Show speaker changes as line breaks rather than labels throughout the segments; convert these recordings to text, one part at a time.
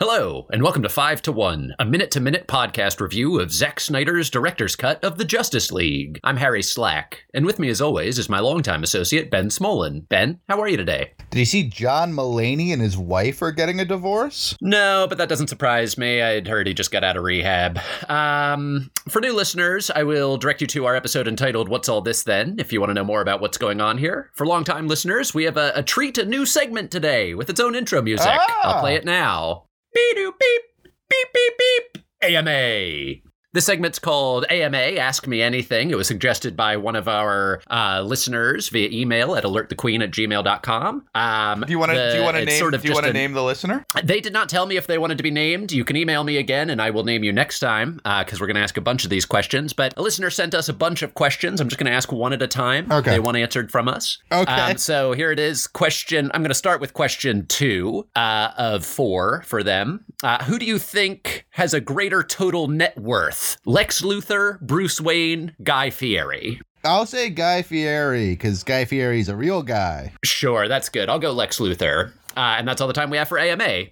Hello, and welcome to 5 to 1, a minute to minute podcast review of Zack Snyder's director's cut of The Justice League. I'm Harry Slack, and with me, as always, is my longtime associate, Ben Smolin. Ben, how are you today?
Did you see John Mullaney and his wife are getting a divorce?
No, but that doesn't surprise me. I'd heard he just got out of rehab. Um, for new listeners, I will direct you to our episode entitled What's All This Then, if you want to know more about what's going on here. For longtime listeners, we have a, a treat, a new segment today with its own intro music.
Ah!
I'll play it now. Beep, beep, beep, beep, beep, AMA. This segment's called AMA, Ask Me Anything. It was suggested by one of our uh, listeners via email at alertthequeen at gmail.com. Um,
Do you want to?
the-
Do you want to
it's
name?
sort of
do you
just
want to
an-
name the listener?
they did not tell me if they wanted to be named. You can email me again, and I will name you next time because we're going to ask a bunch of these questions. But a listener sent us a bunch of questions. I'm just going to ask one at a time.
Okay.
They want answered from us.
Okay.
Um, so here it is. Question. I'm going to start with question two uh, of four for them. Uh, who do you think has a greater total net worth? Lex Luthor, Bruce Wayne, Guy Fieri.
I'll say Guy Fieri because Guy Fieri's a real guy.
Sure, that's good. I'll go Lex Luthor. Uh, and that's all the time we have for AMA. Beep,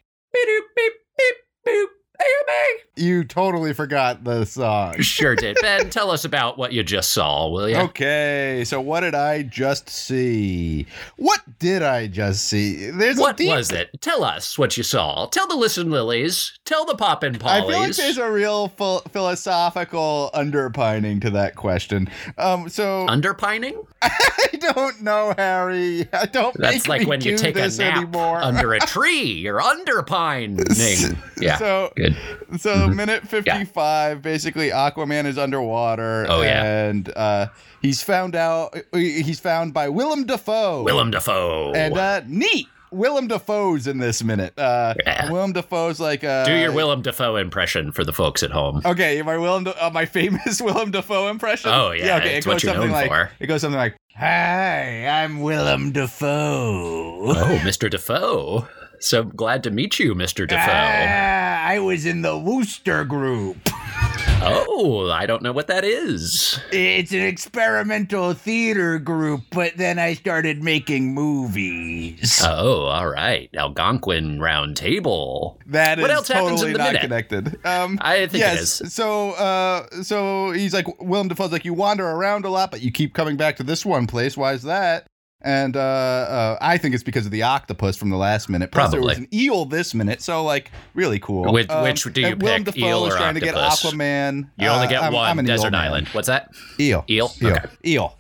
beep, beep, beep, boop. AMA.
You totally forgot the song.
Sure did. Ben, tell us about what you just saw, will you?
Oh, Okay, so what did I just see? What did I just see? There's a
What
deep,
was it? Tell us what you saw. Tell the Listen Lilies. Tell the Poppin'
I feel like
Pollies.
there's a real phil- philosophical underpinning to that question. Um, so
Underpining?
I don't know, Harry. I don't.
That's
make
like
me
when you
do
take a
this
nap Um,
anymore.
under a tree. You're underpining. Yeah.
So
Good.
So
Mhm.
minute 55 basically Aquaman is underwater
Oh, yeah.
and uh, he's found out he's found by Willem Dafoe.
Willem Dafoe.
And uh neat. Willem Dafoe's in this minute. Uh
Yeah.
Willem Dafoe's like uh
Do your Willem Dafoe impression for the folks at home.
Okay, my Willem Da- uh, my famous Willem Dafoe impression.
Oh, yeah,
okay,
it's
it goes
what you're
something
known
like
for.
it goes something like Hi, I'm Willem Dafoe.
Oh, Mr. Dafoe. So glad to meet you, Mr. Dafoe.
Ah, I was in the Wooster group.
Oh, I don't know what that is.
It's an experimental theater group, but then I started making movies.
Oh, all right. Algonquin Round Table.
That is
What else happens in
totally
the
not
minute?
connected. Um,
I think it
yes.
is.
So, uh, so he's like Willem Dafoe's like you wander around a lot, but you keep coming back to this one place. Why is that? And uh, uh, I think it's because of the octopus from the last minute. Plus, there
Probably.
was an eel this minute, so like really cool. Um,
Which- which do you
and Willem
pick,
Dafoe
eel
is
or
trying
octopus?
to get Aquaman.
You only
Uh,
get
I'm-
one
I'm an eel
desert
man.
island. What's that?
Eel.
Eel?
Eel.
Okay.
Eel.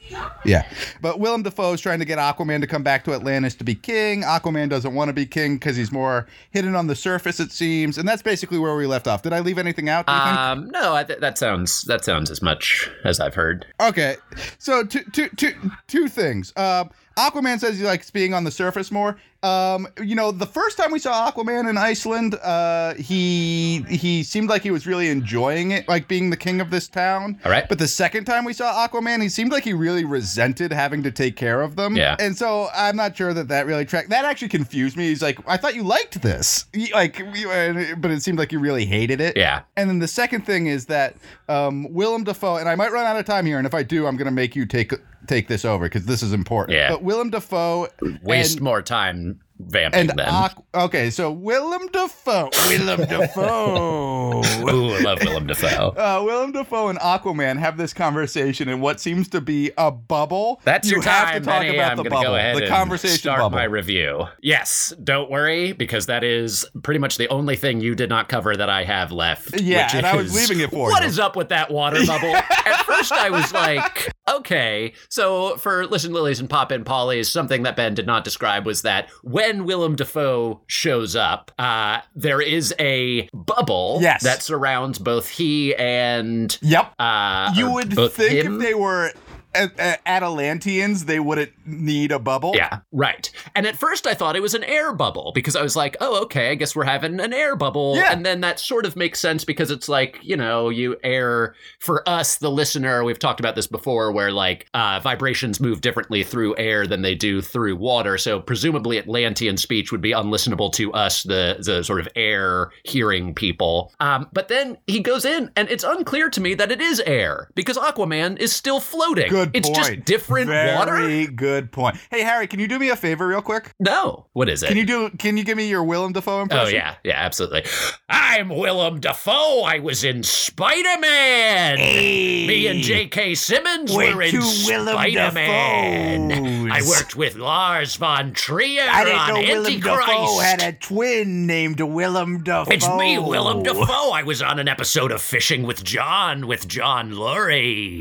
Yeah. But Willem Dafoe is trying to get Aquaman to come back to Atlantis to be king. Aquaman doesn't want to be king because he's more hidden on the surface, it seems. And that's basically where we left off. Did I leave anything out? Do you think?
Um, no, I th- that sounds that sounds as much as I've heard.
Okay, so two, two, two, two things. Um, Aquaman says he likes being on the surface more. Um, you know, the first time we saw Aquaman in Iceland, uh, he he seemed like he was really enjoying it, like being the king of this town.
All right.
But the second time we saw Aquaman, he seemed like he really resented having to take care of them.
Yeah.
And so I'm not sure that that really tracked. That actually confused me. He's like, I thought you liked this, He- like, you- and- but it seemed like you really hated it.
Yeah.
And then the second thing is that um, Willem Dafoe, and I might run out of time here, and if I do, I'm going to make you take take this over because this is important.
Yeah.
But Willem Dafoe
Waste
and,
more time vamping
and
then.
Aqu- okay, so Willem Dafoe, Willem Dafoe.
Ooh, I love Willem Dafoe.
Uh, Willem Dafoe and Aquaman have this conversation in what seems to be a bubble.
That's
you
your
have
time,
to talk
Benny.
about
I'm
the
gonna
bubble,
go ahead
the
and
conversation
start
bubble.
my review. Yes, don't worry, because that is pretty much the only thing you did not cover that I have left.
Yeah,
which
and I was
is,
leaving it for
What
you."
is up with that water bubble? At first, I was like, okay. So for listen, lilies and pop in pollies, something that Ben did not describe was that when Willem Dafoe shows up, uh, there is a bubble
Yes.
that surrounds both he and.
yep.
Uh,
You
or
would
both
think
him?
if they were a- a- Atalanteans, they wouldn't need a bubble.
Yeah, right. And at first I thought it was an air bubble because I was like, oh, okay, I guess we're having an air bubble.
Yeah.
And then that sort of makes sense because it's like, you know, you air, for us, the listener, we've talked about this before where like uh, vibrations move differently through air than they do through water. So presumably Atlantean speech would be unlistenable to us, the, the sort of air hearing people. Um, but then he goes in and it's unclear to me that it is air because Aquaman is still floating.
good
It's
point.
just different
Very
water.
good point. Hey Harry, can you do me a favor real quick?
No, what is it?
Can you do? Can you give me your Willem Dafoe
Oh
impression?
yeah, yeah, absolutely. I'm Willem Dafoe. I was in Spider Man. Me and J.K. Simmons
We're
were in
two Willem
Spider Man.
Dafoes.
I worked with Lars von Trier
I didn't
on
know Willem Dafoe
Antichrist.
had a twin named Willem Dafoe.
it's me, Willem Dafoe. I was on an episode of Fishing with John with John Lurie.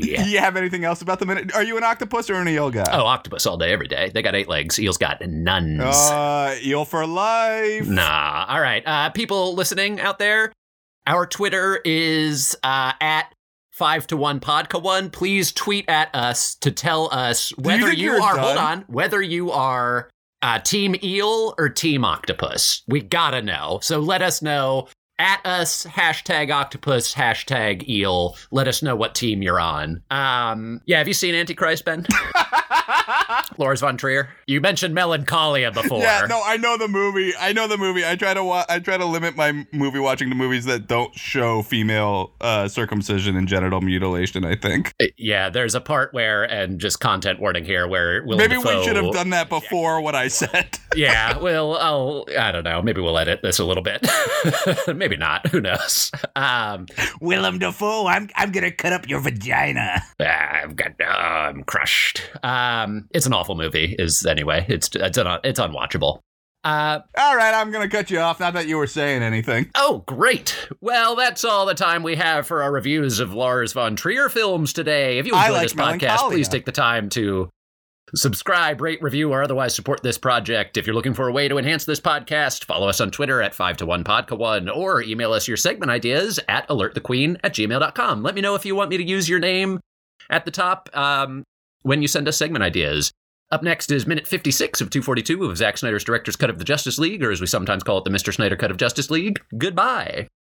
Do you have anything else about the minute? Are you an octopus or an eel guy?
oh, octopus all day, every day. They got eight legs. Eels got nuns.
Oh,
Uh, eel for life.
Nah. All right. Uh, people listening out there, our Twitter is uh, at five to one podca one. Please tweet at us to tell us whether
think
you,
you're
are.
done?
Hold on. Whether you are uh, team eel or team octopus. We gotta know. So let us know. At us, hashtag octopus, hashtag eel. Let us know what team you're on. Um, yeah, have you seen Antichrist, Ben? Lars von Trier? You mentioned Melancholia before.
Yeah, no, I know the movie. I know the movie. I try to wa- I try to limit my m- movie watching to movies that don't show female uh, circumcision and genital mutilation. I think
Uh, Yeah, there's a part where, and just content warning here, where Willem
maybe
Dafoe-
we should have done that before what I said.
Yeah, well, I'll, I don't know. Maybe we'll edit this a little bit. maybe not. Who knows? Um,
Willem Dafoe, I'm I'm gonna cut up your vagina.
I've got, uh, I'm crushed. Um, it's an awful movie. Is anyway, it's it's un, it's unwatchable. Uh,
All right, I'm gonna cut you off. Not that you were saying anything.
Oh, great. Well, that's all the time we have for our reviews of Lars von Trier films today. If you
I
enjoy
like
this podcast,
Melancholia.
please take the time to subscribe, rate, review, or otherwise support this project. If you're looking for a way to enhance this podcast, follow us on Twitter at 5 to 1 podca1 or email us your segment ideas at alertthequeen at gmail.com. Let me know if you want me to use your name at the top um, when you send us segment ideas. Up next is minute 56 of 242 of Zack Snyder's director's cut of the Justice League, or as we sometimes call it, the Mr. Snyder cut of Justice League. Goodbye.